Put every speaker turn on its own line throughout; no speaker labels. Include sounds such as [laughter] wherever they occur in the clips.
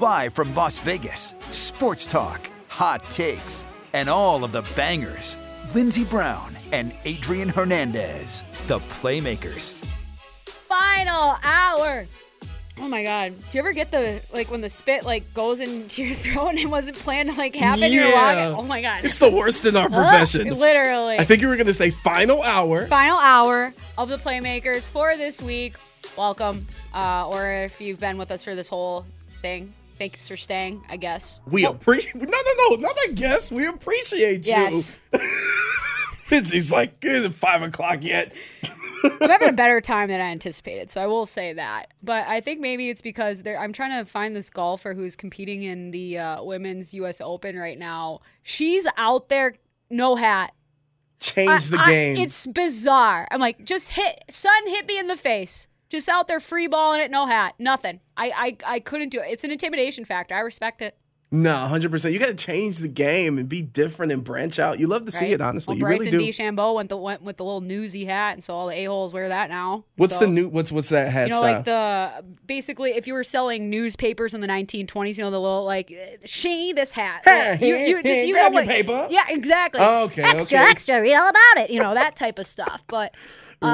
Live from Las Vegas, sports talk, hot takes, and all of the bangers. Lindsey Brown and Adrian Hernandez, the Playmakers.
Final hour. Oh my god. Do you ever get the like when the spit like goes into your [laughs] throat and it wasn't planned to like happen? You're
Yeah.
walking- Oh my god.
It's the worst in our profession.
Literally.
I think you were going to say final hour.
final hour of the playmakers for this week. Welcome. Uh, or if you've been with us for this whole thing, thanks for staying, I guess.
We appreciate. No, no, no, not I guess. We appreciate
Yes.
you. It's, he's like, is it five o'clock yet?
I'm having a better time than I anticipated, so I will say that. But I think maybe it's because there, I'm trying to find this golfer who's competing in the uh, women's U.S. Open right now. She's out there, no hat.
Change the
I- I-
game.
it's bizarre. I'm like, just hit, sun hit me in the face. Just out there free balling it, no hat, nothing. I, I, I couldn't do it. It's an intimidation factor. I respect it.
no, 100%. You got to change the game and be different and branch out. You love to see
right?
it, honestly.
Well,
you
Bryson
really do.
DeChambeau went the went with the little newsy hat, and so all the a holes wear that now.
what's
So-
the new, what's what's that hat
You know,
style?
like
uh,
the basically, if you were selling newspapers in the 1920s, you know the little like she this hat.
Hey,
you, you just you
grab
know
your
what-
paper.
Yeah, exactly.
Oh, okay,
extra,
okay.
extra, read all about it. You know that type of stuff. But uh,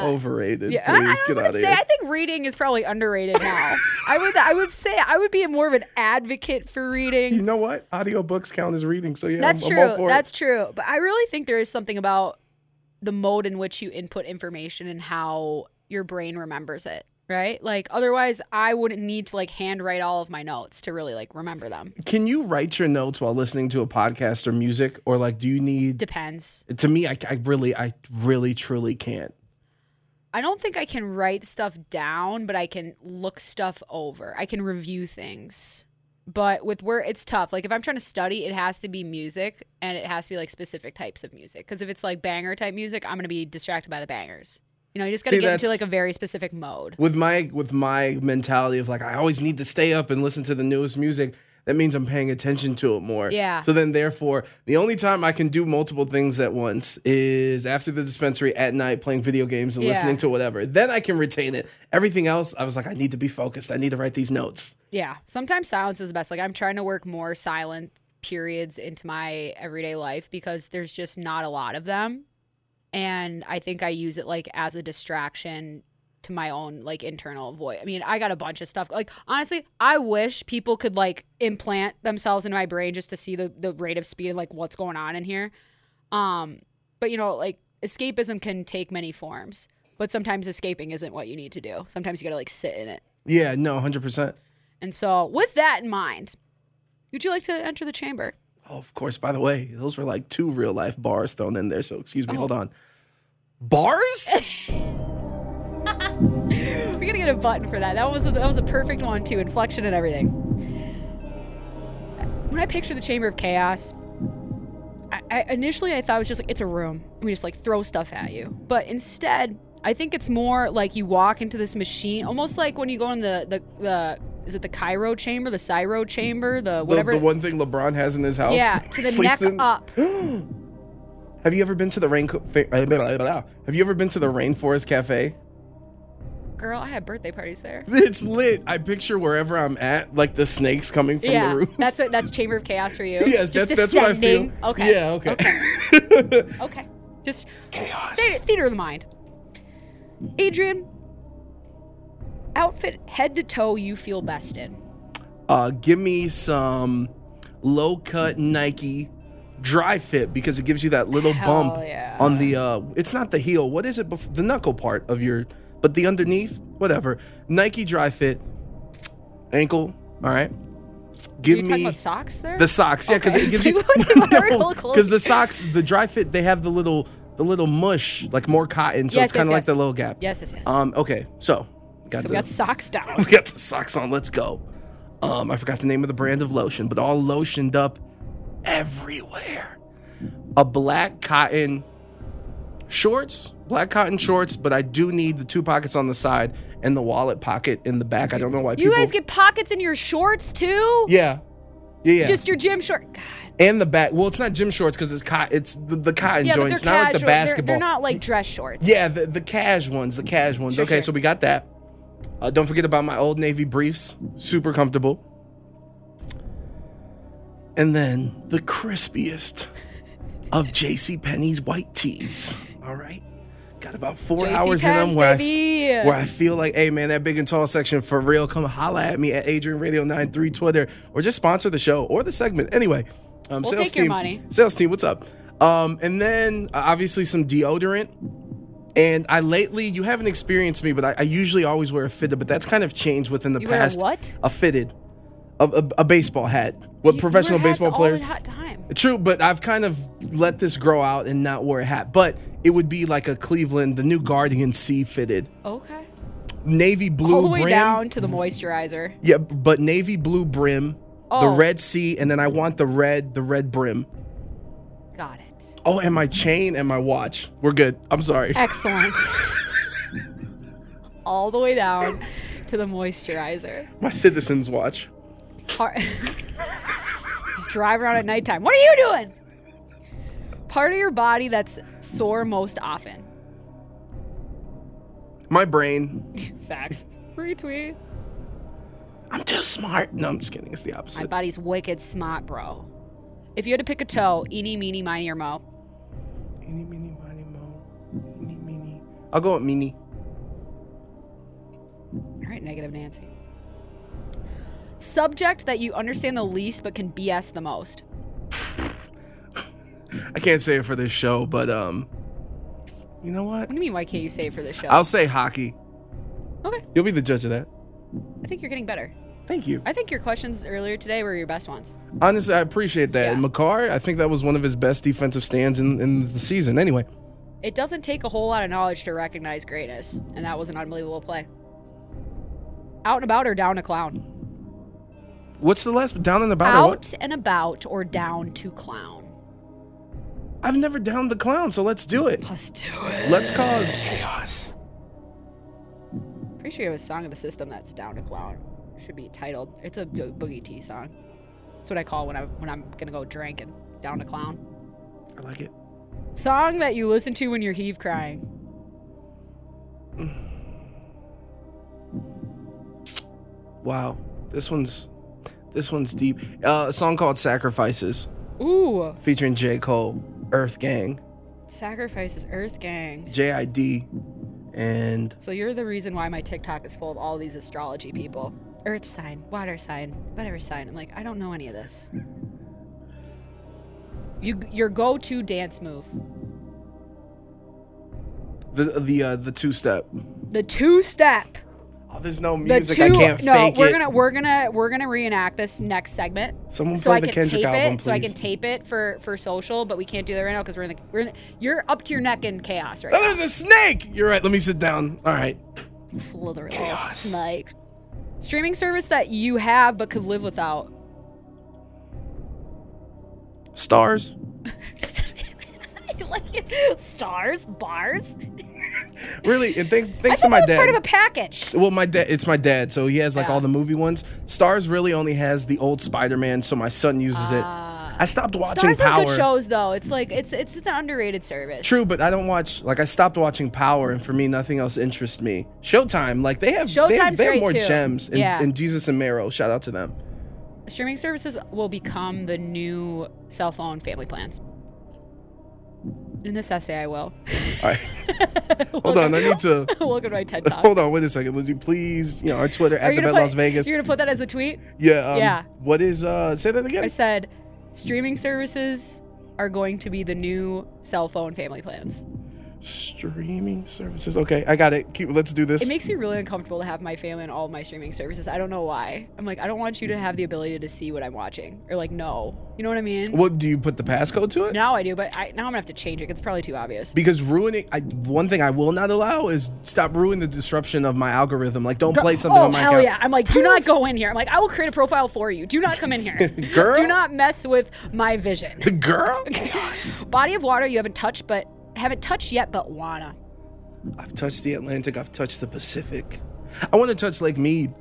Reading overrated.
yeah, I- I,
Please
I
get
would
out of
say
here.
I think reading is probably underrated now. I would I would say I would be more of an advocate for reading.
you know what? Audiobooks count as reading. So yeah,
That's
I'm,
true.
I'm all for
That's
it.
true. But I really think there is something about the mode in which you input information and how your brain remembers it, right? Like otherwise I wouldn't need to like handwrite all of my notes to really like remember them.
Can you write your notes while listening to a podcast or music? Or like, do you need
Depends.
to me I, I really i really truly can't
I don't think I can write stuff down, but I can look stuff over. I can review things. But with where it's tough. Like if I'm trying to study, it has to be music and it has to be like specific types of music. Because if it's like banger type music, I'm gonna be distracted by the bangers. You know, you just gotta
See,
get into
that's-
like a very specific mode.
with my with my mentality of like i always need to stay up and listen to the newest music that means i'm paying attention to it more
Yeah.
so then therefore the only time i can do multiple things at once is after the dispensary at night playing video games and
Yeah.
listening to whatever then i can retain it everything else i was like i need to be focused i need to write these notes
Yeah. Sometimes silence is the best. Like I'm trying to work more silent periods into my everyday life because there's just not a lot of them. And I think I use it like as a distraction to my own like internal voice. I mean, I got a bunch of stuff. Like honestly, I wish people could like implant themselves into my brain just to see the the rate of speed and like what's going on in here. Um, but you know, like escapism can take many forms. But sometimes escaping isn't what you need to do. Sometimes you got to like sit in it.
yeah no 100%
And so, with that in mind, would you like to enter the chamber?
Oh, of course. By the way, those were like two real life bars thrown in there. So excuse
Oh,
me. Hold on.
[laughs]
Bars?
We're gonna get a button for that. That was a, that was a perfect one too, inflection and everything. When I picture the chamber of chaos, I, I initially I thought it was just like it's a room. and We just like throw stuff at you, but instead I think it's more like you walk into this machine, almost like when you go in the the, the is it the Cairo chamber, the Syro chamber, the
The,
whatever.
the one thing LeBron has in his house. [laughs]
yeah,
that
to
he
the neck
sleeps in.
up.
Have you ever been to the rain? Fa- blah, blah, blah, blah. Have you ever been to the Rainforest Cafe? [laughs]
Girl, I had birthday parties there.
It's lit. I picture wherever I'm at, like the snakes coming from
yeah,
the roof.
that's what that's Chamber of Chaos for you.
[laughs] yes,
Just
that's that's what I feel.
descending. Okay.
Yeah. Okay.
Okay. Just chaos. Theater, theater of the mind. Adrian, outfit head to toe you feel best in.
[laughs] Uh, give me some low cut Nike dry fit because it gives you that little
Hell
bump
yeah.
on the. Uh, it's not the heel. What is it? Bef- the knuckle part of your, but the underneath, whatever. Nike dry fit ankle. All right. Give
You're
me
talking about socks there?
the socks, yeah, because
Okay.
it gives
It's
you
like, what
[laughs]
am I real close?
because the socks, the dry fit, they have the little the little mush, like more cotton, so
Yes,
it's kind of
yes,
like
yes.
the little gap.
Yes, yes, yes.
Um. Okay. So got
so
the
we got socks down.
[laughs] we got the socks on. Let's go. Um. I forgot the name of the brand of lotion, but all lotioned up everywhere. A black cotton shorts, black cotton shorts, but I do need the two pockets on the side and the wallet pocket in the back. I don't know why
You
people.
guys get pockets in your shorts too?
yeah. Yeah, yeah.
Just your gym short. God.
and the back. Well, it's not gym shorts because it's cotton. It's the, the cotton
Yeah, but they're
joints, not like
casual.
the
They're-
basketball.
They're, not like dress shorts.
yeah, the the cash ones, the cash ones.
Sure,
okay,
sure.
so we got that. Uh, don't forget about my old navy briefs, super comfortable. And then the crispiest of J.C. Penney's white tees. All right, got about four
JC
hours in them
Penn's,
where I f-
baby.
where I feel like, hey man, that big and tall section for real. Come holla at me at Adrian Radio 93 Twitter or just sponsor the show or the segment. Anyway, um,
We'll
sales
take your
team,
money.
sales team, what's up? Um, and then uh, obviously some deodorant. And I lately, you haven't experienced me, but I, I usually always wear a fitted, but that's kind of changed within the
You wear a
past.
what?
A fitted, a, a, a baseball hat.
You-
What
you
professional
wear hats
baseball
all
players?
the hot time.
True, but I've kind of let this grow out and not wear a hat. But it would be like a Cleveland, the new Guardian C fitted
Okay.
navy blue
All the way
brim.
down to the moisturizer.
Yeah, but navy blue brim,
Oh.
the red sea, and then I want the red, the red brim.
Got it.
Oh, and my chain and my watch. We're good. I'm
[laughs]
sorry.
Excellent. all the way down to the moisturizer.
My citizen's watch.
Par- Just drive around at nighttime. What are you doing? Part of your body that's sore most often.
My brain.
Facts. Retweet.
I'm too smart. No, I'm just kidding. It's the
My
opposite.
body's wicked smart, bro. If you had to pick a toe, eeny, meeny, miny, or mo.
Eeny, meeny, miny, moe. Eeny, meeny. I'll go with meeny.
All right, negative Nancy. Subject that you understand the least but can BS the most.
I can't say it for this show, but um, you know what?
What do you mean, why can't you say it for this show?
I'll say hockey.
okay,
You'll be the judge of that.
I think you're getting better.
Thank you.
I think your questions earlier today were your best ones.
Honestly, I appreciate that.
Yeah.
And McCarr, I think that was one of his best defensive stands in, in the season. Anyway,
It doesn't take a whole lot of knowledge to recognize greatness, and that was an unbelievable play. Out and about or down a clown?
what's the last down and about? Or what?
Out and about or down to clown.
I've never downed the clown, so let's do it.
Let's do it.
Let's cause.
Pretty sure you have a song of the system that's down to clown. Should be titled. It's a Bo- boogie T song. That's what I call when I when I'm gonna go drinking. Down to clown.
I like it.
Song that you listen to when you're heave crying.
Wow, this one's this one's deep. Uh, a song called "Sacrifices"
Ooh,
featuring J. Cole, Earth Gang,
sacrifices, Earth Gang.
J.I.D., and
So you're the reason why my TikTok is full of all these astrology people. Earth sign, water sign, whatever sign. I'm like, I don't know any of this. You your go-to dance move.
the the uh, the two step.
The two-step.
Oh, there's no
The
music.
two,
I can't
no,
fake
we're
it.
gonna we're gonna we're gonna reenact this next segment.
Someone
so
play
I
the
can
Kendrick
tape
album,
it, so I can
please.
tape it for for social, but we can't do that right now because we're in the we're in the, you're up to your neck in chaos
[gasps]
right
Oh, there's a snake. You're right. Let me sit down. All right.
now. Slither little snake. Streaming service that you have but could live without.
Stars.
[laughs] like stars, bars.
Really, and thanks
I
thanks to
thought
my
that was
dad.
part of a package.
Well, my dad, it's my dad, so he has like
Yeah.
all the movie ones. Stars really only has the old Spider Man, so my son uses it. I stopped watching
Ah. Stars
Power.
has good shows though. It's like it's it's it's an underrated service.
True, but I don't watch. Like I stopped watching Power, and for me, nothing else interests me. Showtime, like they have, they have,
Showtime's
they have
great,
more
too.
gems. And,
Yeah.
and Jesus and Mero, shout out
[laughs]
to them.
Streaming services will become the new cell phone family plans. In this essay, I will.
All
[laughs]
right. Hold on. I need to.
Look at my TED talk.
[laughs] Hold on. Wait a second, Lindsay. Please, you know, our Twitter
Are
at
you
the
gonna
Bed
put-
Las Vegas.
You're gonna put that as a tweet?
Yeah. Um,
Yeah.
What is? uh Say that
I
again.
said, streaming services are going to be the new cell phone family plans.
Streaming services. Okay, I got it. Keep. Let's do this.
It makes me really uncomfortable to have my family on all my streaming services. I don't know why. I'm like, I don't want you to have the ability to see what I'm watching or like, no. You know what I mean?
what do you put the passcode to it?
Now I do, but I, now I'm gonna have to change it. It's probably too obvious.
Because ruining, I, one thing I will not allow is stop ruining the disruption of my algorithm. Like, don't play something
oh
on my
hell
account.
yeah! I'm like, do
[laughs]
not go in here. I'm like, I will create a profile for you. Do not come in here,
Girl.
Do not mess with my vision. [laughs]
[laughs] Girl,
Body of water you haven't touched, but haven't touched yet, but wanna.
I've touched the Atlantic. I've touched the Pacific. I want to touch Lake Mead.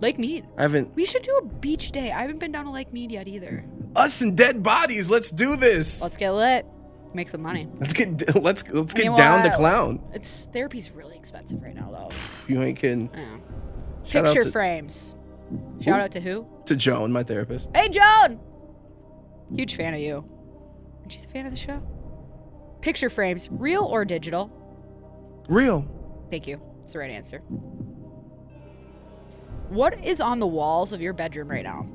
Lake Mead.
I haven't.
We should do a beach day. I haven't been down to Lake Mead yet either.
Us and dead bodies. Let's do this.
Let's get lit. Make some money.
Let's get let's let's get
mean,
down to
why-
clown.
It's therapy's really expensive right now though.
You ain't kidding.
Yeah.
Shout out
Picture
to-
frames. Shout out to who?
To Joan, my therapist.
Hey Joan! Huge fan of you. And she's a fan of the show. Picture frames, real or digital?
Real.
Thank you. It's the right answer. What is on the walls of your bedroom right now?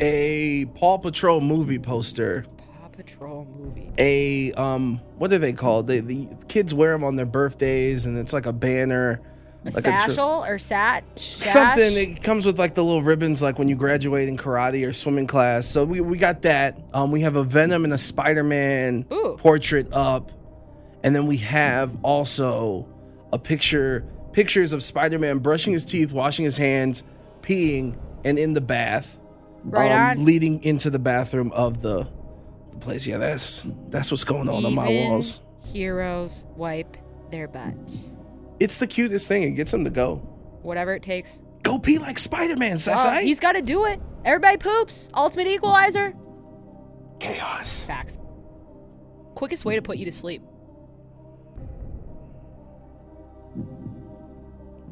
A Paw Patrol movie poster.
Paw Patrol movie.
A um, what are they called? They, the kids wear them on their birthdays, and it's like a banner.
A
like tr-
satchel or sat? sash?
Something that comes with like the little ribbons, like when you graduate in karate or swimming class. So we, we got that. Um, we have a Venom and a Spider Man
Ooh.
portrait up, and then we have also a picture pictures of Spider Man brushing his teeth, washing his hands, peeing, and in the bath. Um,
Right on.
Leading into the bathroom of the, the place. Yeah, that's that's what's going on on my
Even
walls.
Heroes wipe their butt.
It's the cutest thing. It gets him to go.
Whatever it takes.
Go pee like Spider Man,
Oh,
Sasai.
he's got to do it. Everybody poops. Ultimate equalizer. Chaos. Facts. Quickest way to put you to sleep.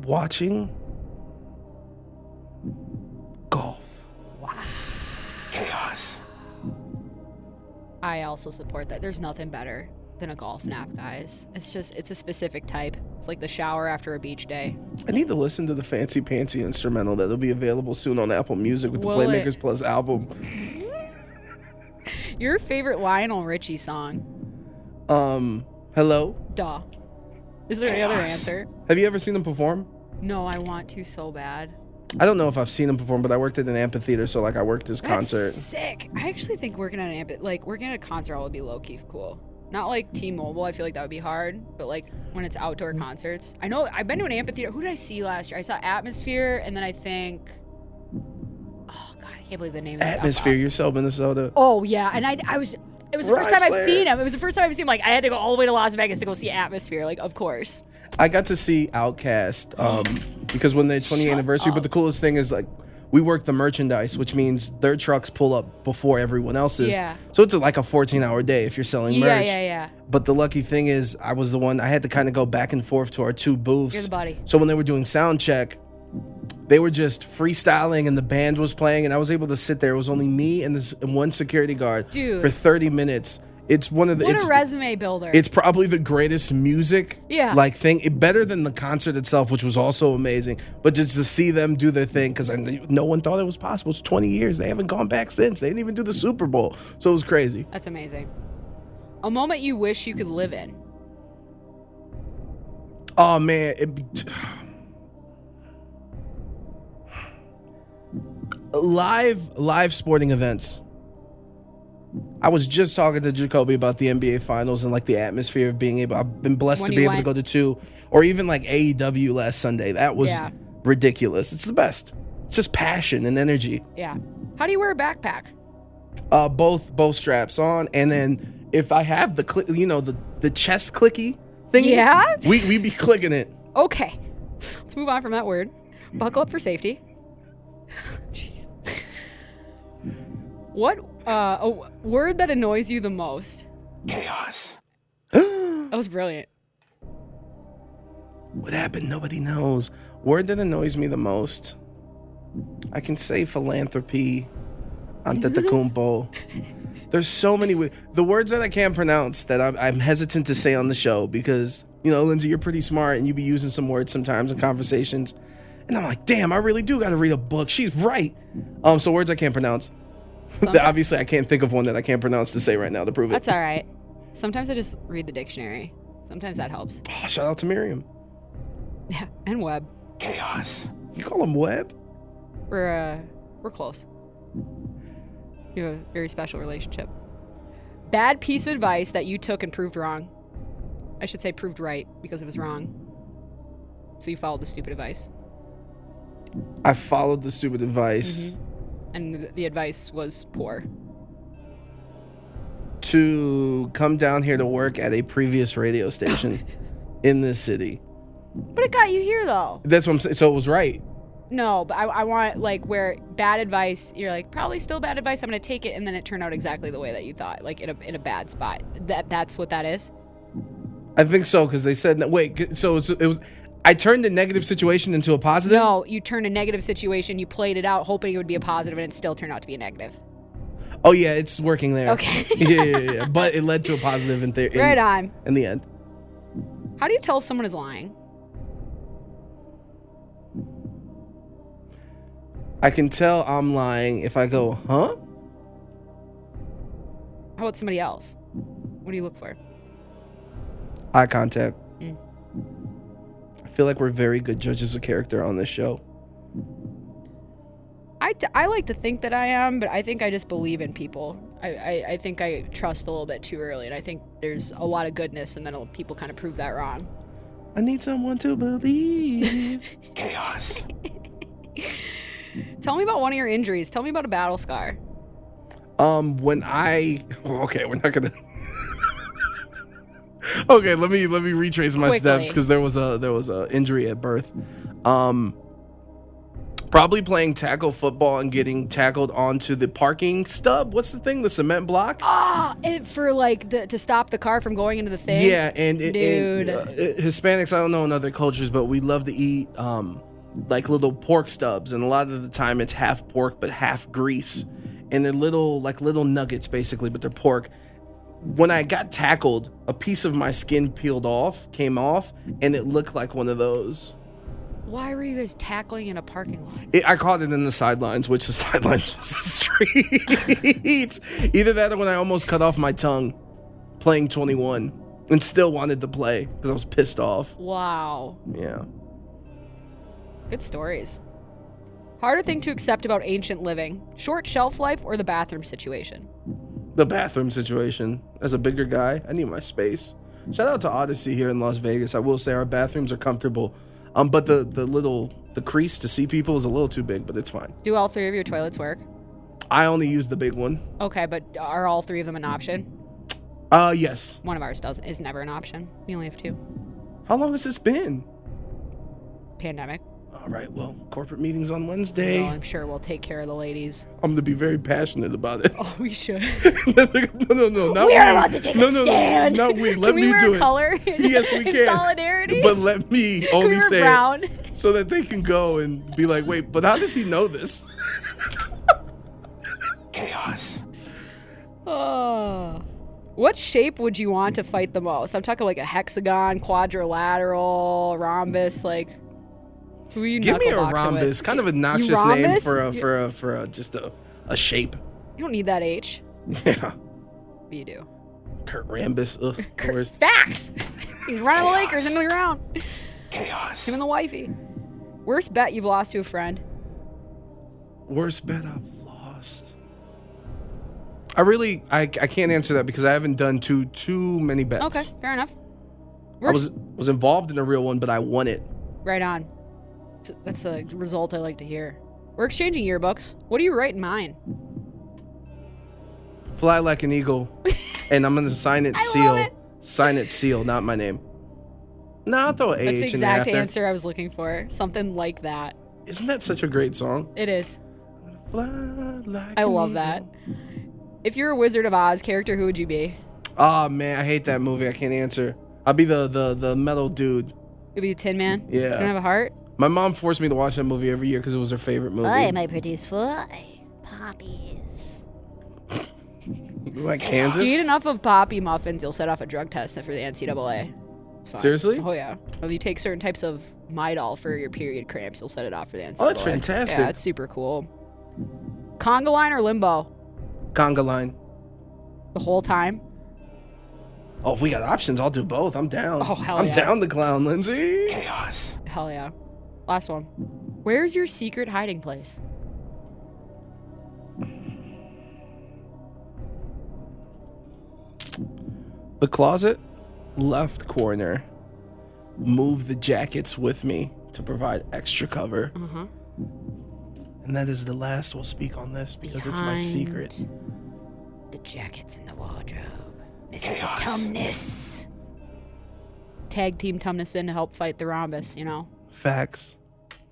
watching golf.
I also support that. There's nothing better than a golf nap, guys. It's just, it's a specific type. It's like the shower after a beach day.
I need to listen to the Fancy Pantsy instrumental that'll be available soon on Apple Music with the
Will it?
Playmakers Plus album.
Your favorite Lionel Richie song?
Um, hello.
Duh. Is there any other answer?
Have you ever seen him perform?
No, I want to so bad.
I don't know if I've seen him perform, but I worked at an amphitheater, so like I worked his
That's
concert.
sick. I actually think working at an amp, like working at a concert hall would be low key cool. Not like T-Mobile. I feel like that would be hard. But like when it's outdoor
Mm.
concerts, I know I've been to an amphitheater. Who did I see last year? I saw Atmosphere, and then I think, oh god, I can't believe the name of the
Atmosphere, you're so Minnesota.
Oh yeah, and I I was. It was the first
Rhyme
time I've seen
Slayers.
him. It was the first time I've seen him. Like I had to go all the way to Las Vegas to go see Atmosphere. Like of course.
I got to see Outcast um,
Oh.
because when their 20th anniversary. But the coolest thing is like we work the merchandise, which means their trucks pull up before everyone else's.
Yeah.
So it's like a 14 hour day if you're selling
Yeah,
merch.
yeah, yeah.
But the lucky thing is, I was the one. I had to kind of go back and forth to our two booths.
You're the buddy.
So when they were doing sound check, they were just freestyling, and the band was playing, and I was able to sit there. It was only me and this and one security guard
Dude.
for 30 minutes. It's one of the.
What
it's,
a resume builder.
it's probably the greatest music
Yeah.
like thing it, better than the concert itself which was also amazing but just to see them do their thing because no one thought it was possible it's 20 years they haven't gone back since they didn't even do the super bowl so it was crazy
That's amazing. A moment you wish you could live in.
oh man it, live live sporting events I was just talking to Jacoby about the NBA Finals and like the atmosphere of being able. I've been blessed
When
to
you
be able
went-
to go to two, or even like AEW last Sunday. That was
Yeah.
ridiculous. It's the best. It's just passion and energy.
Yeah. How do you wear a backpack?
Uh, both both straps on, and then if I have the cli you know the the chest clicky thing.
Yeah?
we we be clicking it.
Okay. Let's move on from that word. Buckle up for safety. [laughs] Jeez. What uh, a w- word that annoys you the most? Chaos. that was brilliant.
What happened? Nobody knows. Word that annoys me the most.
[laughs]
I can say philanthropy, Antetokounmpo, There's so many wa- the words that I can't pronounce that I'm, I'm hesitant to say on the show because you know, Lindsay, you're pretty smart and you be using some words sometimes in conversations, and I'm like, damn, I really do got to read a book. She's right. Um, so words I can't pronounce. [laughs]
Sometimes-
Obviously, I can't think of one that I can't pronounce to say right now to prove it.
That's all right. Sometimes I just read the dictionary. Sometimes that helps. [laughs]
Oh, shout out to Miriam.
Yeah, and web.
Chaos.
You call him Web?
We're uh, we're close. You have a very special relationship. Bad piece of advice that you took and proved wrong. I should say proved right because it was wrong. So you followed the stupid advice,
I followed the stupid
Mm-hmm.
advice
and the, the advice was poor.
to come down here to work at a previous radio station in this city.
But it got you here though.
That's what I'm saying. So it was right.
No, but I, I want like where bad advice. You're like probably still bad advice. I'm gonna take it, and then it turned out exactly the way that you thought, like in a in a bad spot. That that's what that is.
I think so because they said that. Wait, g- so it's- it was. I turned the negative situation into a positive.
No, you turned a negative situation, you played it out, hoping it would be a positive, and it still turned out to be a negative.
Oh yeah, it's working there.
Okay.
[laughs] yeah, yeah, yeah, yeah. But it led to a positive in, the in,
right on.
in the end.
How do you tell if someone is lying?
I can tell I'm lying if I go, huh?
How about somebody else? What do you look for?
Eye contact.
Mm.
I feel like we're very good judges of character on this show.
I, t- I like to think that I am, but I think I just believe in people. I, I, I think I trust a little bit too early, and I think there's a lot of goodness, and then it'll- people kind of prove that wrong.
I need someone to believe.
Chaos.
Tell me about one of your injuries. Tell me about a battle scar.
Um, when I [laughs] okay, we're not gonna. [laughs] okay, let me let me retrace my steps
Quickly.
because there was a there was a injury at birth. Um, probably playing tackle football and getting tackled onto the parking stub. What's the thing? The cement block.
Ah, it for like the, to stop the car from going into the thing.
Yeah, and, it, and,
Dude.
uh, it- Hispanics, I don't know in other cultures, but we love to eat um, like little pork stubs, and a lot of the time it's half pork but half grease, and they're little like little nuggets basically, but they're pork. When I got tackled, a piece of my skin peeled off, came off, and it looked like one of those.
Why were you guys tackling in a parking lot?
It, I caught it in the sidelines, which the [laughs] sidelines was the streets. Either that or when I almost cut off my tongue playing 21 and still wanted to play because I was pissed off.
Wow.
Yeah.
Good stories. Harder thing to accept about ancient living short shelf life or the bathroom situation.
The bathroom situation. As a bigger guy, I need my space. Shout out to Odyssey here in Las Vegas. I will say our bathrooms are comfortable. Um, but the the little the crease to see people is a little too big, but it's fine.
Do all three of your toilets work?
I only use the big one.
Okay, but are all three of them an option?
Uh yes.
One of ours does is never an option. We only have two.
How long has this been?
Pandemic.
All right, well, corporate meetings on
Well,
Wednesday.
I'm sure we'll take care of the ladies.
I'm gonna be very passionate about it.
[laughs]
[laughs]
Oh, we should.
no, no, no, not
we
we.
are allowed to take
no,
a
no,
stand.
no,
[laughs]
not we. Let
can we
me
wear
do
a
it.
color?
[laughs] Yes, we
in
can.
Solidarity.
But let me
can we
only
wear
say it
brown?
so that they can go and be like, wait, but how does he know this?
Chaos.
Oh. What shape would you want to fight the most? I'm talking like a hexagon, quadrilateral, rhombus, like who are you
Give me a
knuckle boxing with?
rhombus, kind of
You-
a
you
noxious name
rhombus?
for a
You-
for a for a just a a shape. [laughs]
You don't need that H.
Yeah,
You do.
Kurt Rambus. Ugh,
[laughs] Kurt-
worst.
Facts. [laughs] He's running the Lakers into the ground. Him
Chaos.
and the wifey. Worst bet you've lost to a friend.
Worst bet I've lost. I really I, I can't answer that because I haven't done too too many bets.
Okay, fair enough.
I
Worst,
was was involved in a real one, but I won it.
right on. That's- That's a result I like to hear. We're exchanging yearbooks. What do you write in mine?
Fly like an eagle,
[laughs]
and I'm gonna sign it seal. Sign it seal, not my name. No, I'll throw an AH
That's the
in there
exact
after.
answer I was looking for. Something like that.
Isn't that such a great song?
It is.
Fly like
I
an
love that.
eagle.
If you're a Wizard of Oz character, who would you be?
Oh man, I hate that movie. I can't answer. I'll be the the the metal dude.
You'd be a Tin Man.
Yeah.
You don't have a heart.
My mom forced me to watch that movie every year because it was her favorite movie. [laughs]
I may produce fly poppies.
It's like Kansas.
If you eat enough of poppy muffins, you'll set off a drug test for the NCAA. It's fine.
Seriously?
Oh yeah. If you take certain types of Midol for your period cramps, you'll set it off for the NCAA.
Oh, that's fantastic.
Yeah, it's super cool. Conga line or limbo
Conga line.
the whole time.
Oh, if we got options. I'll do both. I'm down.
Oh, hell
I'm
yeah.
down the clown, Lindsay.
Hell yeah. Last one. Where's your secret hiding place?
The closet, left corner. Move the jackets with me to provide extra cover.
Uh-huh.
And that is the last we'll speak on this because it's my
Behind
secret.
The jacket's in the wardrobe. Mr. Tumnus. Tag team Tumnus in to help fight the rhombus, you know?
Facts.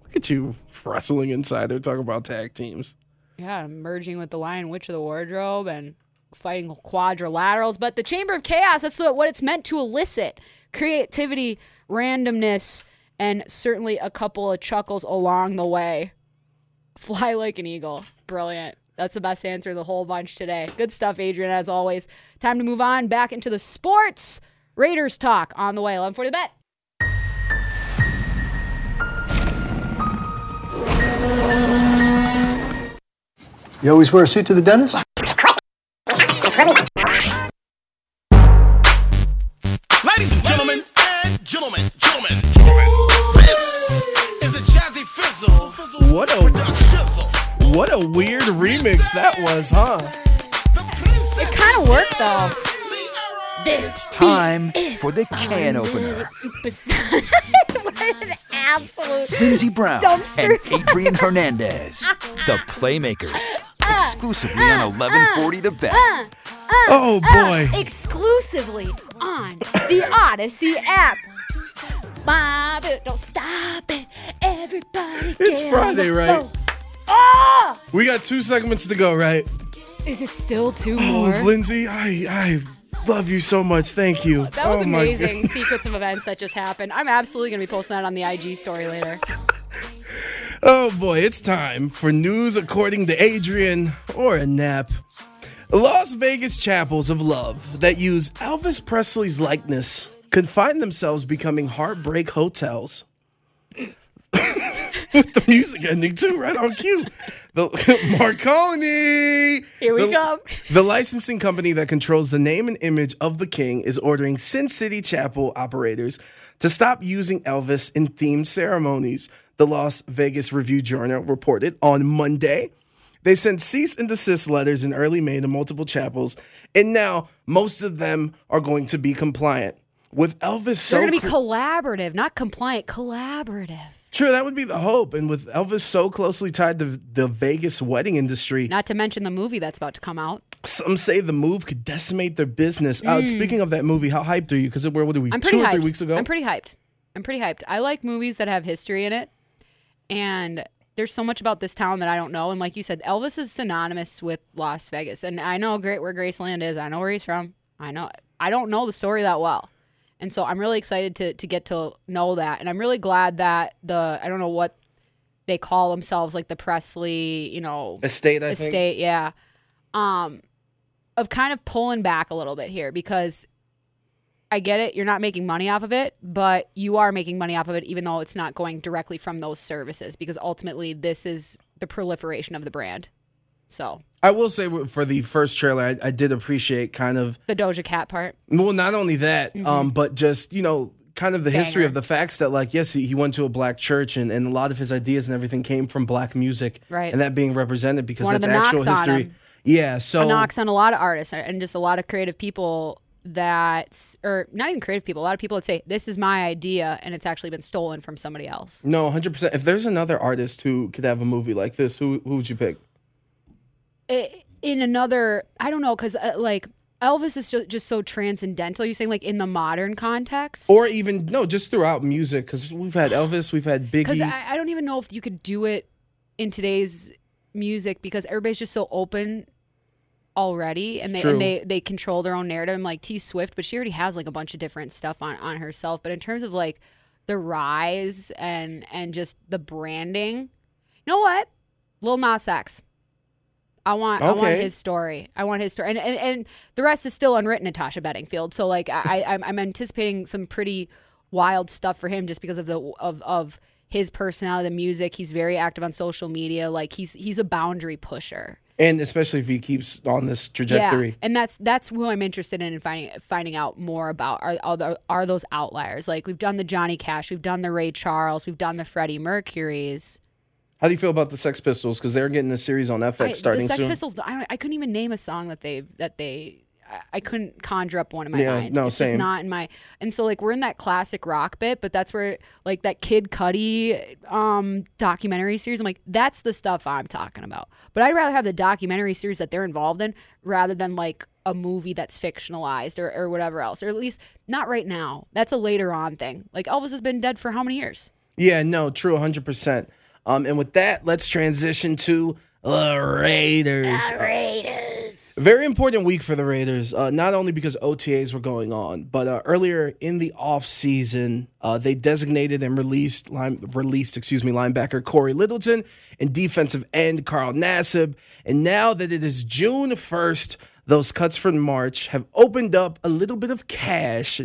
Look at you wrestling inside there talking about tag teams.
Yeah, merging with the Lion Witch of the Wardrobe and fighting quadrilaterals. But the Chamber of Chaos, that's what what it's meant to elicit creativity, randomness, and certainly a couple of chuckles along the way. [laughs] Fly like an eagle. Brilliant. That's the best answer of the whole bunch today. Good stuff, Adrian, as always. Time to move on back into the sports. Raiders talk on the way. 1140 the bet.
You always wear a suit to the dentist?
Ladies and gentlemen, and gentlemen, gentlemen, gentlemen. This is a jazzy fizzle.
What a- What a weird remix that was, huh?
It kind of worked, though.
It's time for the can opener.
[laughs] What an absolute.
Lindsey Brown
Dumpster
and Adrian Hernandez, the playmakers,
Uh,
exclusively on 1140 The Bet.
Oh boy.
uh, exclusively on the Odyssey app. Bob, it, don't stop it. Everybody
It's
get on
Friday,
the
right?
floor. Ah!
We got two segments to go, right?
Is it still two more?
[laughs] Oh, Lindsay, I I love you so much. Thank you.
that was
oh, my
amazing sequence of events that just happened. I'm absolutely going to be posting that on the IG story later.
God. Oh boy, it's time for news according to Adrian or a nap. Las Vegas chapels of love that use Elvis Presley's likeness could find themselves becoming heartbreak hotels. [coughs] With the music ending too, right on cue. The [laughs] Marconi.
Here we
The-
go.
The licensing company that controls the name and image of the king is ordering Sin City Chapel operators to stop using Elvis in themed ceremonies, the Las Vegas Review Journal reported on Monday. They sent cease and desist letters in early May to multiple chapels, and now most of them are going to be compliant. With Elvis so
They're going to
cl-
be collaborative, not compliant, collaborative.
sure that would be the hope, and with Elvis so closely tied to the Vegas wedding industry,
Not to mention the movie that's about to come out.
Some say the move could decimate their business. Uh, speaking of that movie, how hyped are you? Because where were we?
Hmm. I'm pretty
Two or
hyped.
three weeks ago.
I'm pretty hyped. I'm pretty hyped. I like movies that have history in it, and there's so much about this town that I don't know. And like you said, Elvis is synonymous with Las Vegas, and I know great where Graceland is. I know where he's from. I know. I don't know the story that well, and so I'm really excited to to get to know that. And I'm really glad that the I don't know what they call themselves, like the Presley, you know,
Estate, I think.
estate, yeah. Um, of kind of pulling back a little bit here because I get it, you're not making money off of it, but you are making money off of it, even though it's not going directly from those services because ultimately this is the proliferation of the brand. So
I will say w- for the first trailer, I, I did appreciate kind of
the Doja Cat part,
well, not only that, um, but just you know, kind of the history
Mm-hmm. Banger.
of the facts that like yes, he, he went to a black church, and, and a lot of his ideas and everything came from black music,
Right.
And that being represented because
One of
that's
the
actual
knocks on
history.
him.
Yeah. So
knocks on a lot of artists and just a lot of creative people that, or not even creative people, a lot of people that say, this is my idea and it's actually been stolen from somebody else.
no, hundred percent. If there's another artist who could have a movie like this, who who would you pick?
i- eh, in another i don't know because uh, like elvis is just, just so transcendental you're saying like in the modern context
Or even no, just throughout music because we've had Elvis, we've had
because
Biggie.
I, I don't even know if you could do it in today's music because everybody's just so open already and they
True.
and they they control their own narrative I'm like t swift but she already has like a bunch of different stuff on on herself but in terms of like the rise and and just the branding you know what lil nas x I want I want
Okay.
his story. I want his story, and, and and the rest is still unwritten. Natasha Bedingfield. So like I, I I'm- I'm anticipating some pretty wild stuff for him just because of the of of his personality, the music. He's very active on social media. Like he's he's a boundary pusher.
And especially if he keeps on this trajectory.
Yeah, and that's that's who I'm interested in finding finding out more about. Are are, tho- are those outliers? Like we've done the Johnny Cash, we've done the Ray Charles, we've done the Freddie Mercury's.
How do you feel about the Sex Pistols? Because they're getting a series on FX
I-
starting
the Sex
soon.
Pistols. I, don't- I couldn't even name a song that they that they. I- I couldn't conjure up one in my
Yeah,
mind.
no,
it's
same.
just not in my. And so like we're in that classic rock bit, but that's where like that Kid Cudi um, documentary series. I'm like, that's the stuff I'm talking about. But I'd rather have the documentary series that they're involved in rather than like a movie that's fictionalized or, or whatever else, or at least not right now. That's a later on thing. Like Elvis has been dead for how many years?
Yeah, no, true, 100%. Um, and with that, let's transition to the Raiders. The Raiders. very important week for the Raiders, uh, not only because OTAs were going on, but uh, earlier in the offseason, uh, they designated and released line, released, excuse me, linebacker Corey Littleton and defensive end Carl Nassib. And now that it is June 1st, those cuts from March have opened up a little bit of cash,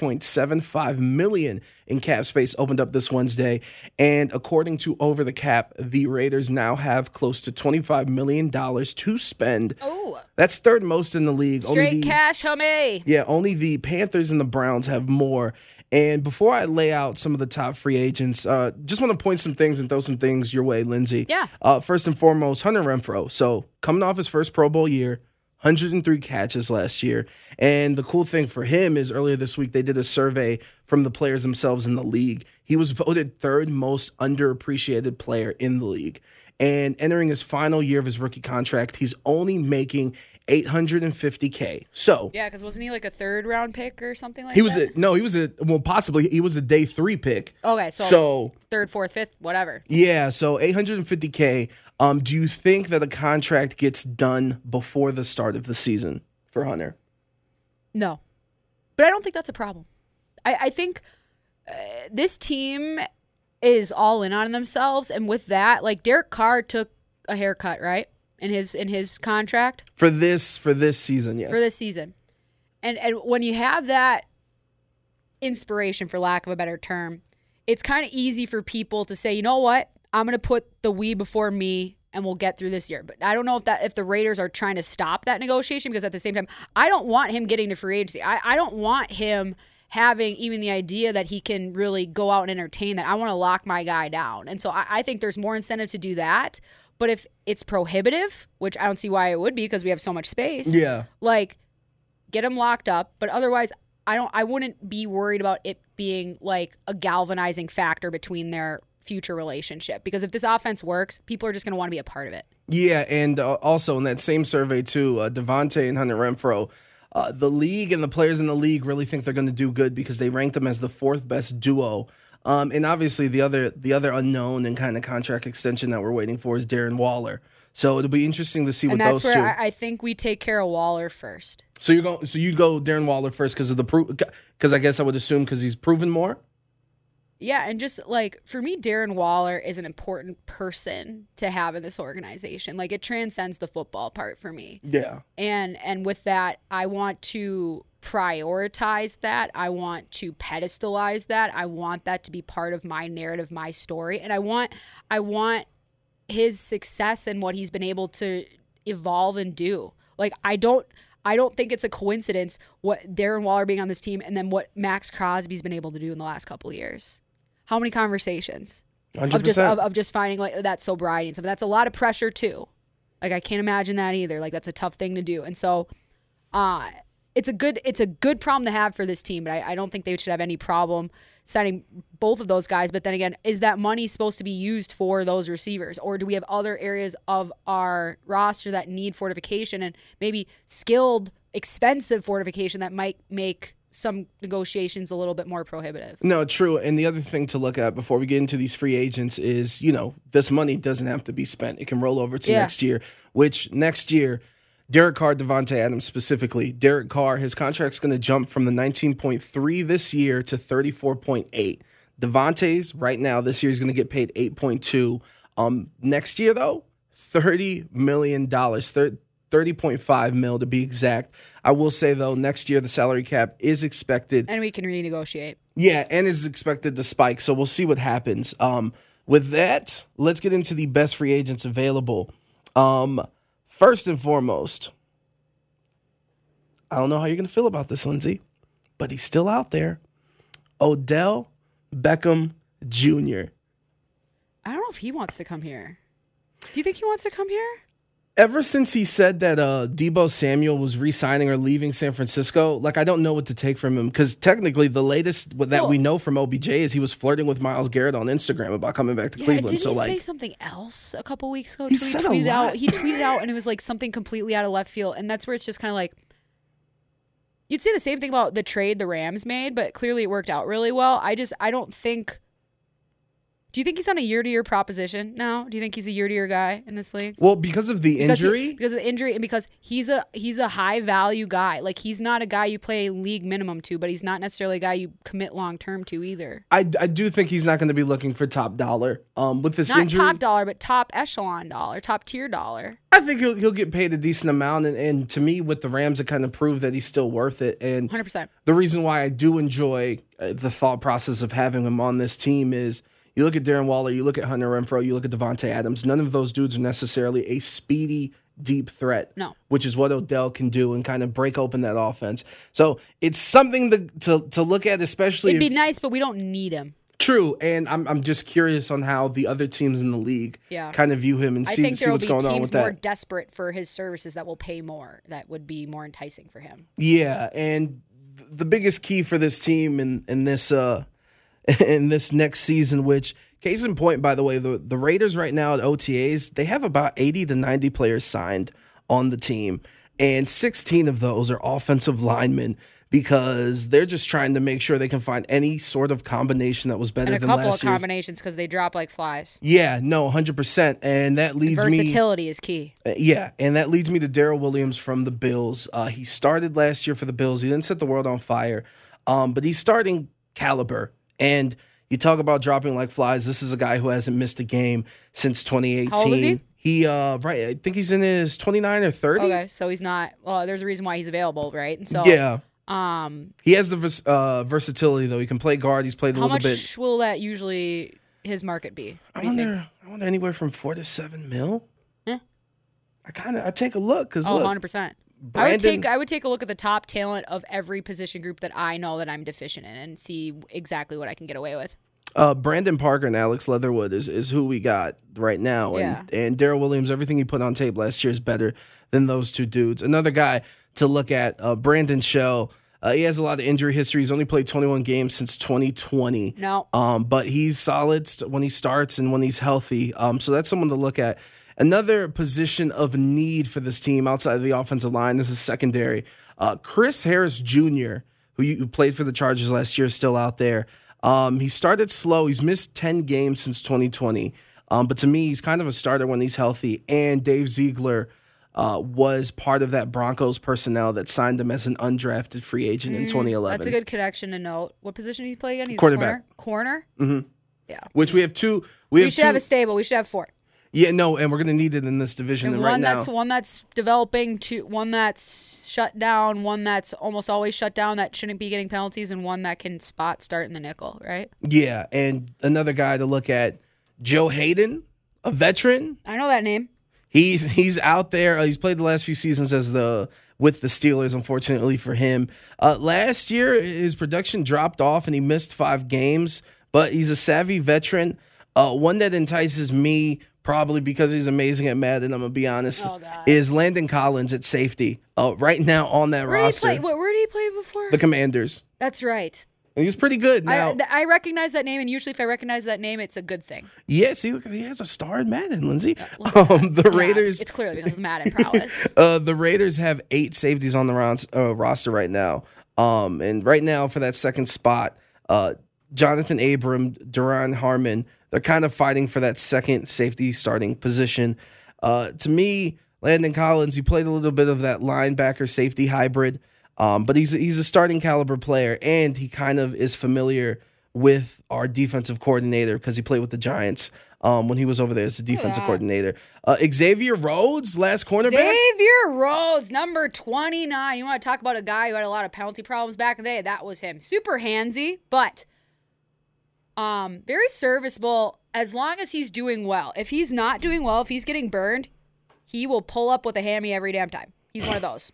19.75 million in cap space opened up this Wednesday, and according to Over the Cap, the Raiders now have close to 25 million dollars to spend.
Oh,
That's third most in the league.
straight
the,
cash, homie.
Yeah, only the Panthers and the Browns have more. And before I lay out some of the top free agents, uh, just want to point some things and throw some things your way, Lindsay.
Yeah.
Uh, first and foremost, Hunter Renfro. So coming off his first Pro Bowl year, 103 catches last year. And the cool thing for him is earlier this week, they did a survey from the players themselves in the league. He was voted third most underappreciated player in the league. And entering his final year of his rookie contract, he's only making 850K. So
Yeah, because wasn't he like a third round pick or something like
he was
that?
a no. He was a well, possibly he was a day three pick.
okay, so,
So
third, fourth, fifth, whatever.
yeah, so 850k. Um, do you think that a contract gets done before the start of the season for Hunter?
No, but I don't think that's a problem. I, I think uh, this team is all in on themselves, and with that, like Derek Carr took a haircut, right, in his in his contract
For this for this season, yes.
for this season, and and when you have that inspiration, for lack of a better term, it's kind of easy for people to say, you know what, I'm gonna put the we before me. And we'll get through this year, but I don't know if that if the Raiders are trying to stop that negotiation because at the same time, I don't want him getting to free agency. I, I don't want him having even the idea that he can really go out and entertain that. I want to lock my guy down, and so I, I think there's more incentive to do that. But if it's prohibitive, which I don't see why it would be because we have so much space,
Yeah.
like get him locked up but otherwise i don't i wouldn't be worried about it being like a galvanizing factor between their future relationship because if this offense works people are just going to want to be a part of it
Yeah, and uh, also in that same survey too, uh, Devonte and Hunter Renfro, uh, the league and the players in the league really think they're going to do good because they ranked them as the fourth best duo. Um, and obviously the other the other unknown and kind of contract extension that we're waiting for is Darren Waller. So it'll be interesting to see
and
what
that's
those two.
where I, I think we take care of waller first
so you're going. So you go Darren Waller first because of the proof. Because I guess I would assume because he's proven more.
yeah and just like for me darren waller is an important person to have in this organization like it transcends the football part for me
Yeah.
and and with that i want to prioritize that i want to pedestalize that i want that to be part of my narrative my story and i want i want his success and what he's been able to evolve and do like i don't i don't think it's a coincidence what darren waller being on this team and then what max crosby's been able to do in the last couple of years how many conversations
Hundred
of just of,
percent.
of just finding like that sobriety and stuff. That's a lot of pressure too. Like I can't imagine that either. Like that's a tough thing to do. And so, uh, it's a good it's a good problem to have for this team. But I, I don't think they should have any problem signing both of those guys. But then again, is that money supposed to be used for those receivers, or do we have other areas of our roster that need fortification and maybe skilled, expensive fortification that might make some negotiations a little bit more prohibitive?
No, true. And the other thing to look at before we get into these free agents is, you know, this money doesn't have to be spent. It can roll over to
Yeah.
next year, which next year, Derek Carr, Devontae Adams specifically, Derek Carr, his contract's going to jump from the 19.3 this year to 34.8. Devontae's right now this year is going to get paid 8.2. Um, next year though, thirty million dollars, thirty point five mil to be exact. I will say though, next year the salary cap is expected
and we can renegotiate.
yeah, and is expected to spike. So we'll see what happens. Um, with that, let's get into the best free agents available. Um, first and foremost, I don't know how you're gonna feel about this, Lindsay, but he's still out there. Odell Beckham Jr.
I don't know if he wants to come here. Do you think he wants to come here?
Ever since he said that uh, Debo Samuel was re-signing or leaving San Francisco, like I don't know what to take from him because technically the latest what- that
Well-
we know from OBJ is he was flirting with Miles Garrett on Instagram about coming back to Cleveland.
didn't
so
he
like,
say something else a couple weeks ago?
He
too?
said a
tweeted
lot.
out. He tweeted out, and it was like something completely out of left field. And that's where it's just kind of like you'd say the same thing about the trade the Rams made, but clearly it worked out really well. I just I don't think. Do you think he's on a year-to-year proposition now? Do you think he's a year-to-year guy in this league?
Well, because of the
Because he-
injury,
because of the injury, and because he's a he's a high value guy. Like he's not a guy you play league minimum to, but he's not necessarily a guy you commit long term to either.
I, I do think he's not going to be looking for top dollar. Um, with this
Not
injury,
top dollar, but top echelon dollar, top tier dollar.
I think he'll, he'll get paid a decent amount. And, and to me, with the Rams, it kind of proved that he's still worth it. And
Hundred percent.
the reason why I do enjoy uh, the thought process of having him on this team is you look at Darren Waller, you look at Hunter Renfro, you look at Devontae Adams. None of those dudes are necessarily a speedy, deep threat.
No.
Which is what Odell can do and kind of break open that offense. So it's something to to, to look at, especially
It'd
if,
be nice, but we don't need him.
True, and I'm I'm just curious on how the other teams in the league
Yeah.
kind of view him and
I
see,
think
see
there will
what's
be
going
teams
on with
more
that.
desperate for his services that will pay more. That would be more enticing for him.
Yeah, and th- the biggest key for this team in in this uh [laughs] in this next season, which case in point, by the way, the the Raiders right now at OTAs they have about eighty to ninety players signed on the team, and sixteen of those are offensive linemen. Because they're just trying to make sure they can find any sort of combination that was better
And a
than
couple of
last year's.
combinations because they drop like flies.
Yeah, no, hundred percent, and that leads me
Versatility is key.
Uh, Yeah, and that leads me to Daryl Williams from the Bills. Uh, he started last year for the Bills. He didn't set the world on fire, um, but he's starting caliber. And you talk about dropping like flies. This is a guy who hasn't missed a game since 2018.
How old is he?
uh, right, I think he's in his 29 or 30.
Okay, so he's not. Well, there's a reason why he's available, right? And so,
Yeah,
um,
he has the vers- uh, versatility though. He can play guard. He's played a
how
little
much
bit.
will that usually his market be? What
I
do you think?
wonder. I wonder anywhere from four to seven mil.
Yeah.
I kind of I take a look because
Oh,
look,
100 percent. I would take
Brandon-
I would take a look at the top talent of every position group that I know that I'm deficient in and see exactly what I can get away with.
Uh, Brandon Parker and Alex Leatherwood is, is who we got right now, and and Daryl Williams. Everything he put on tape last year is better than those two dudes. Another guy to look at, uh, Brandon Shell. Uh, he has a lot of injury history. He's only played 21 games since 2020.
No.
Um, but he's solid st- when he starts and when he's healthy. Um, so that's someone to look at. Another position of need for this team outside of the offensive line this is secondary. Uh, Chris Harris Jr., who, you, who played for the Chargers last year, is still out there. Um, he started slow. He's missed 10 games since 2020. Um, but to me, he's kind of a starter when he's healthy. And Dave Ziegler uh, was part of that Broncos personnel that signed him as an undrafted free agent in 2011.
Mm, That's a good connection to note. What position did he play again? He's a
Quarterback.
Corner. Corner.
Which we have two. We,
We,
have
should
two,
have a stable. We should have four.
Yeah, no, and we're gonna need it in this division
And
and
one
right now.
that's one that's developing, two one that's shut down, one that's almost always shut down that shouldn't be getting penalties, and one that can spot start in the nickel. Right.
yeah, and another guy to look at, Joe Hayden, a veteran.
I know that name.
He's he's out there. Uh, he's played the last few seasons as the with the Steelers. Unfortunately for him, uh, last year his production dropped off and he missed five games. But he's a savvy veteran, uh, one that entices me probably because he's amazing at Madden. I'm gonna be honest.
Oh,
is Landon Collins at safety uh, right now on that
Where did he
roster?
play? What, where did he play before?
the Commanders.
that's right.
And he was pretty good.
I,
Now,
th- I recognize that name, and usually if I recognize that name, it's a good thing.
Yeah, see, look, he has a star in Madden, Lindsay.
Look at
Um, the
that. Yeah,
Raiders,
It's clearly because of Madden prowess.
[laughs] uh, the Raiders have eight safeties on the rounds, uh, roster right now. Um, and right now for that second spot, uh, Jonathan Abram, Duran Harmon, they're kind of fighting for that second safety starting position. Uh, to me, Landon Collins, he played a little bit of that linebacker safety hybrid, um, but he's he's a starting caliber player, and he kind of is familiar with our defensive coordinator because he played with the Giants. um, when he was over there as a defensive coordinator. Uh, Xavier Rhodes, last cornerback.
Xavier Rhodes, number 29. You want to talk about a guy who had a lot of penalty problems back in the day? That was him. Super handsy, but um, very serviceable as long as he's doing well. If he's not doing well, if he's getting burned, he will pull up with a hammy every damn time. He's one of those.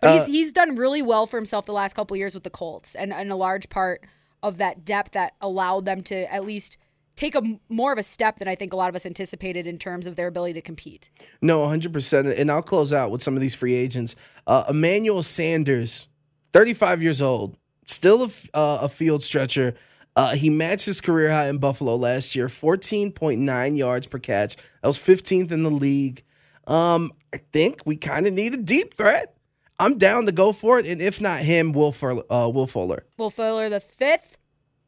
but he's, he's done really well for himself the last couple years with the Colts, and, and a large part of that depth that allowed them to at least take a m- more of a step than I think a lot of us anticipated in terms of their ability to compete.
No, 100%. And I'll close out with some of these free agents. Uh, Emmanuel Sanders, 35 years old, still a, f- uh, a field stretcher. Uh, he matched his career high in Buffalo last year, 14.9 yards per catch. That was 15th in the league. Um, I think we kind of need a deep threat. I'm down to go for it. And if not him, Will, Fur- uh, Will Fuller.
Will Fuller the fifth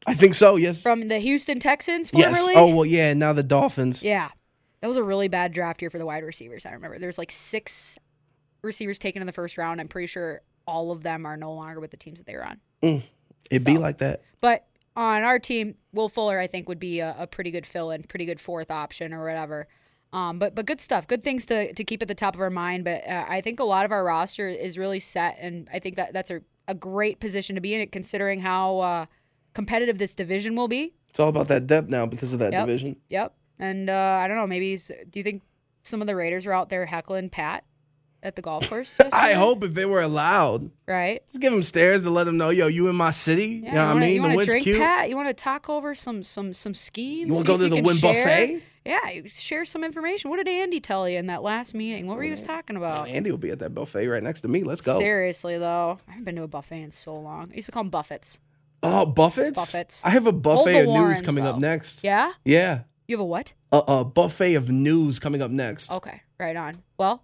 I think so, yes.
from the Houston Texans formerly.
yes. Oh, well, yeah, now the Dolphins.
yeah. That was a really bad draft year for the wide receivers. I remember there's like six receivers taken in the first round. I'm pretty sure all of them are no longer with the teams that they were on.
It'd be like that.
But on our team, Will Fuller, I think, would be a, a pretty good fill in, pretty good fourth option or whatever. Um, but but good stuff, good things to, to keep at the top of our mind. But uh, I think a lot of our roster is really set, and I think that that's a, a great position to be in, considering how uh, competitive this division will be.
It's all about that depth now because of that
Yep.
division.
Yep. And uh, I don't know. Maybe s- do you think some of the Raiders were out there heckling Pat at the golf course?
[laughs] I
yesterday?
hope if they were allowed.
Right.
Just give them stairs to let them know, yo, you in my city.
Yeah,
you know what
wanna-
I mean? The
wanna
wind's
drink,
cute.
Pat? You want to talk over some some some schemes?
You wanna
See
go
if
to
you
the
can
Wynn
share?
Buffet?
Yeah, you share some information. What did Andy tell you in that last meeting? What were you guys talking about?
Oh, Andy will be at that buffet right next to me. Let's go.
Seriously though, I haven't been to a buffet in so long. I used to call them buffets.
Oh, buffets?
Buffets.
I have a buffet
the
of
Warrens,
news coming up
though.
next.
Yeah,
Yeah.
you have a what?
A, a buffet of news coming up next.
Okay, right on. Well,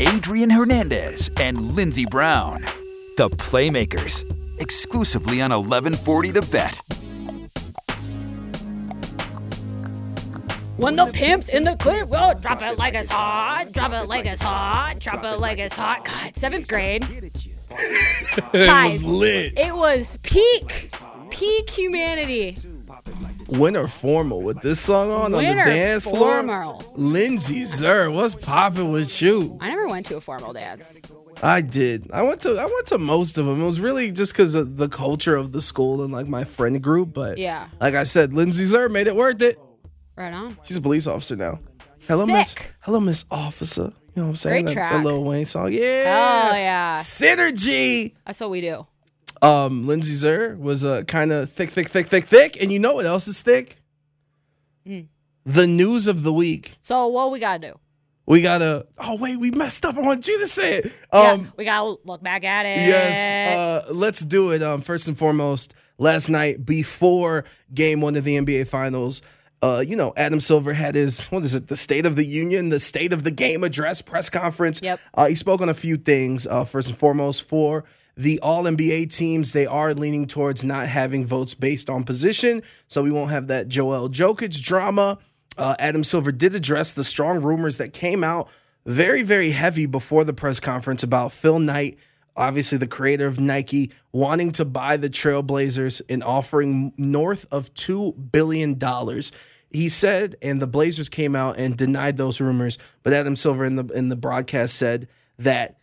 Adrian Hernandez and Lindsey Brown, the Playmakers, exclusively on 1140 The Bet.
When the pimp's in the clear, well, drop it like it's hot, drop it like it's hot, drop it like it's hot. God, seventh grade.
It
Guys,
was lit.
it was peak, peak humanity.
Winter formal with this song on on the
Winter
dance
formal.
floor. Lindsay, sir, what's popping with you?
I never went to a formal dance.
I did. I went to I went to most of them. It was really just because of the culture of the school and like my friend group. But
Yeah.
like I said, Lindsay Zer made it worth it.
Right on.
She's a police officer now. Hello, Miss.
Sick.
Hello, Miss Officer. You know what I'm saying?
Great
That- That
track.
Lil Wayne song. Yeah.
Oh yeah,
Synergy.
that's what we do.
Um, Lindsay Zer was uh, kind of thick, thick, thick, thick, thick. And you know what else is thick?
Hmm.
The news of the week.
So what we gotta do?
We gotta. Oh wait, we messed up. I want you to say it.
Yeah,
Um,
we gotta look back at it.
Yes, uh, let's do it. Um, first and foremost, last night before Game One of the NBA Finals, uh, you know Adam Silver had his what is it? The State of the Union, the State of the Game address press conference.
Yep.
Uh, he spoke on a few things. Uh, first and foremost, for the All NBA teams, they are leaning towards not having votes based on position, so we won't have that Joel Jokic drama. Uh, Adam Silver did address the strong rumors that came out very, very heavy before the press conference about Phil Knight obviously the creator of Nike, wanting to buy the Trailblazers and offering north of $2 billion. He said, and the Blazers came out and denied those rumors, but Adam Silver in the in the broadcast said that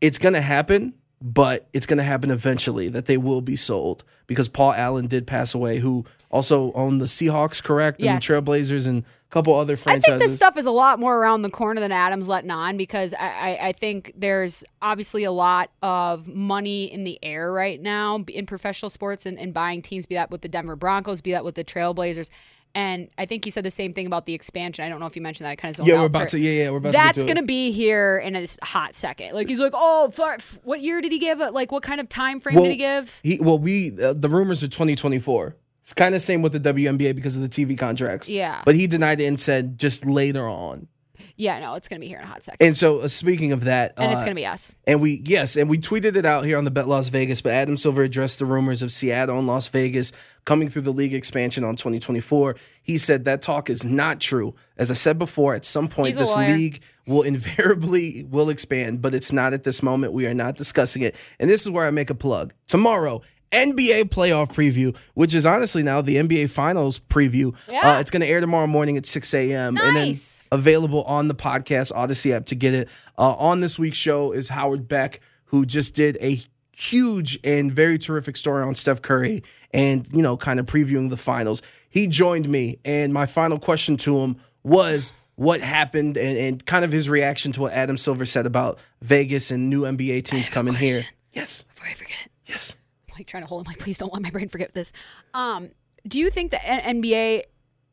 it's going to happen, but it's going to happen eventually that they will be sold because Paul Allen did pass away, who also owned the Seahawks, correct?
Yes.
And the Trailblazers and a couple other
I
franchises.
think this stuff is a lot more around the corner than Adam's letting on because I, I, I think there's obviously a lot of money in the air right now in professional sports and, and buying teams, be that with the Denver Broncos, be that with the Trailblazers. And I think he said the same thing about the expansion. I don't know if you mentioned that. I kind of zoned
yeah,
out
we're
for
about
it.
to. Yeah, yeah, we're about
That's
to. get
gonna
it.
be here in a s- hot second. Like he's like, oh, fu- f- what year did he give? it? Like what kind of time frame
Well,
did he give?
He, well, we uh, the rumors are 2024. It's kind of same with the WNBA because of the TV contracts.
Yeah.
But he denied it and said just later on.
Yeah, no, it's gonna be here in a hot second,
And so uh, speaking of that,
and it's
uh,
gonna be us.
And we, yes, and we tweeted it out here on the Bet Las Vegas, but Adam Silver addressed the rumors of Seattle and Las Vegas coming through the league expansion on 2024. He said that talk is not true. As I said before, at some point
He's a
this
liar.
league will [laughs] invariably will expand, but it's not at this moment. We are not discussing it. And this is where I make a plug. Tomorrow, NBA playoff preview, which is honestly now the NBA finals preview.
Yeah.
Uh, it's going to air tomorrow morning at 6 a.m. And then
Nice.
available on the podcast Odyssey app to get it. Uh, on this week's show is Howard Beck, who just did a huge and very terrific story on Steph Curry and, you know, kind of previewing the finals. He joined me, and my final question to him was what happened and, and kind of his reaction to what Adam Silver said about Vegas and new NBA teams coming here. Yes,
Before I forget it.
yes.
like trying to hold. I'm like, please don't let my brain forget this. Um, do you think the N- NBA,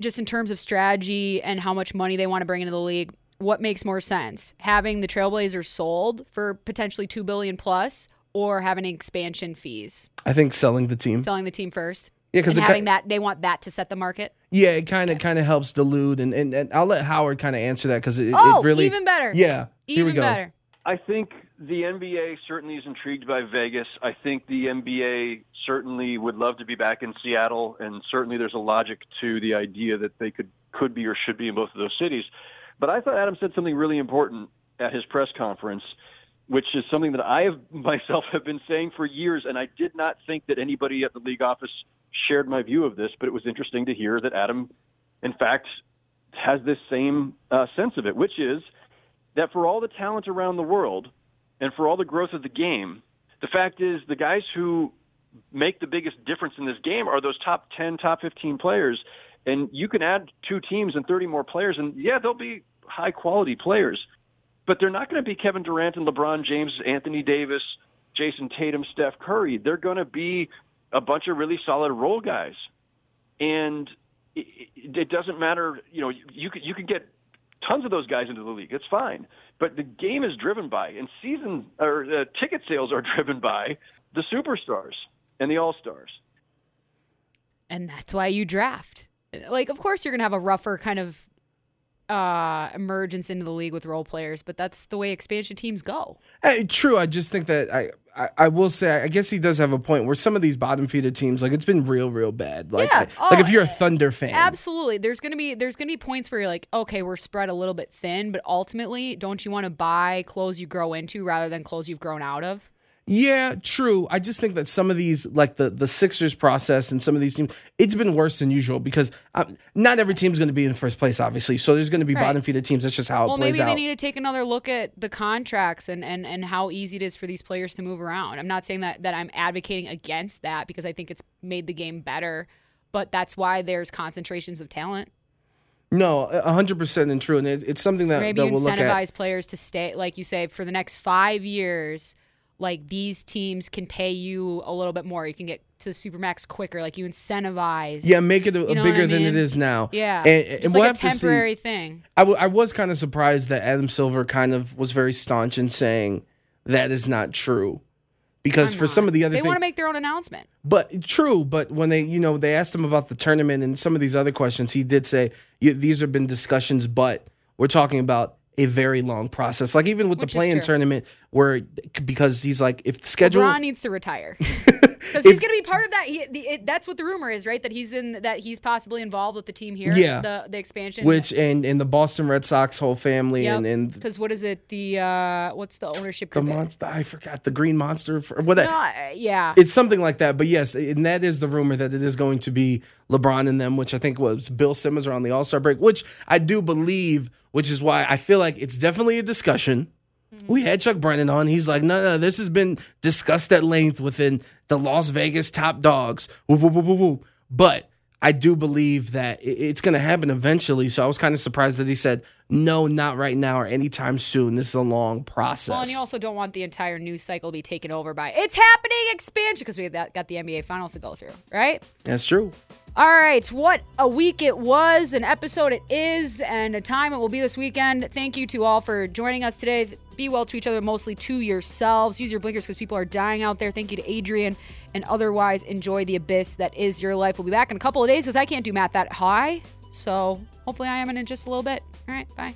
just in terms of strategy and how much money they want to bring into the league, what makes more sense, having the Trailblazers sold for potentially two billion plus, or having expansion fees,
I think selling the team.
selling the team first?
Hmm? Yeah, 'cause
and
it ki-
having that they want that to set the market.
Yeah, it kind of kind of helps dilute, and, and and I'll let Howard kind of answer that because it,
oh,
it really
even better.
Yeah,
even
here we go.
better.
I think the NBA certainly is intrigued by Vegas. I think the NBA certainly would love to be back in Seattle, and certainly there's a logic to the idea that they could could be or should be in both of those cities. But I thought Adam said something really important at his press conference, which is something that I have, [laughs] myself have been saying for years, and I did not think that anybody at the league office shared my view of this. But it was interesting to hear that Adam, in fact, has this same uh, sense of it, which is that for all the talent around the world and for all the growth of the game, the fact is the guys who make the biggest difference in this game are those top 10, top 15 players. And you can add two teams and 30 more players, and yeah, they'll be high quality players, but they're not going to be Kevin Durant and LeBron James, Anthony Davis, Jason Tatum, Steph Curry. They're going to be a bunch of really solid role guys. And it, it it doesn't matter, you know, you, you, could, you could get tons of those guys into the league. It's fine, but the game is driven by, and season or uh, ticket sales are [laughs] driven by the superstars and the all stars.
and that's why you draft. Like, of course, you're gonna have a rougher kind of uh emergence into the league with role players, but that's the way expansion teams go.
Hey, true. I just think that I, I, I will say I guess he does have a point where some of these bottom feeder teams like it's been real, real bad. Like,
Yeah.
I- like
Oh,
if you're a Thunder fan,
Absolutely, there's gonna be there's gonna be points where you're like, okay, we're spread a little bit thin, but ultimately, don't you want to buy clothes you grow into rather than clothes you've grown out of?
Yeah, true. I just think that some of these, like the the Sixers process and some of these teams, it's been worse than usual because um, not every team's going to be in first place, obviously. So there's going to be
Right.
bottom feeder teams. That's just how
well,
it plays
maybe
out.
they need to take another look at the contracts and, and, and how easy it is for these players to move around. I'm not saying that, that I'm advocating against that because I think it's made the game better, but that's why there's concentrations of talent.
no, a hundred percent and true, and it, it's something that,
maybe
that
you
we'll look at.
incentivize players to stay like you say for the next five years like these teams can pay you a little bit more you can get to the supermax quicker like you incentivize
Yeah, make it a, a
know what I
bigger than it
mean?
is now.
yeah
and, and
just
we'll
like
have
a
to see.
temporary thing
I, w- I was kind of surprised that Adam Silver kind of was very staunch in saying that is not true. Because
I'm
for
not.
some of the other
they
things,
want to make their own announcement
but true, but when they, you know, they asked him about the tournament and some of these other questions, he did say "Yeah, these have been discussions, but we're talking about a very long process. Like even with
Which
the
is
play-in
true.
tournament, where because he's like, if the schedule, [laughs]
LeBron needs to retire [laughs] Because
If-
he's going to be part of that. He, the, it, that's what the rumor is, right? That he's in. That he's possibly involved with the team here.
Yeah.
The, the expansion.
which and and the Boston Red Sox whole family and and
because what is it? The uh, what's the ownership
the
group?
monster I forgot the Green Monster for what
No, I- yeah.
It's something like that, but yes, and that is the rumor that it is going to be LeBron and them, which I think was Bill Simmons around the All Star break, which I do believe, which is why I feel like it's definitely a discussion.
Mm-hmm.
We had Chuck Brennan on. He's like, no, no, this has been discussed at length within the Las Vegas top dogs. Whoop, whoop, whoop, whoop, whoop. But I do believe that i- it's going to happen eventually. So I was kind of surprised that he said, no, not right now or anytime soon. This is a long process.
Well, and you also don't want the entire news cycle to be taken over by it's happening expansion because we had that, got the NBA finals to go through, right?
That's true.
All right, what a week it was, an episode it is, and a time it will be this weekend. Thank you to all for joining us today. Be well to each other, mostly to yourselves. Use your blinkers because people are dying out there. Thank you to Adrian, and otherwise enjoy the abyss that is your life. We'll be back in a couple of days because I can't do math that high. So hopefully I am in just a little bit. All right, bye.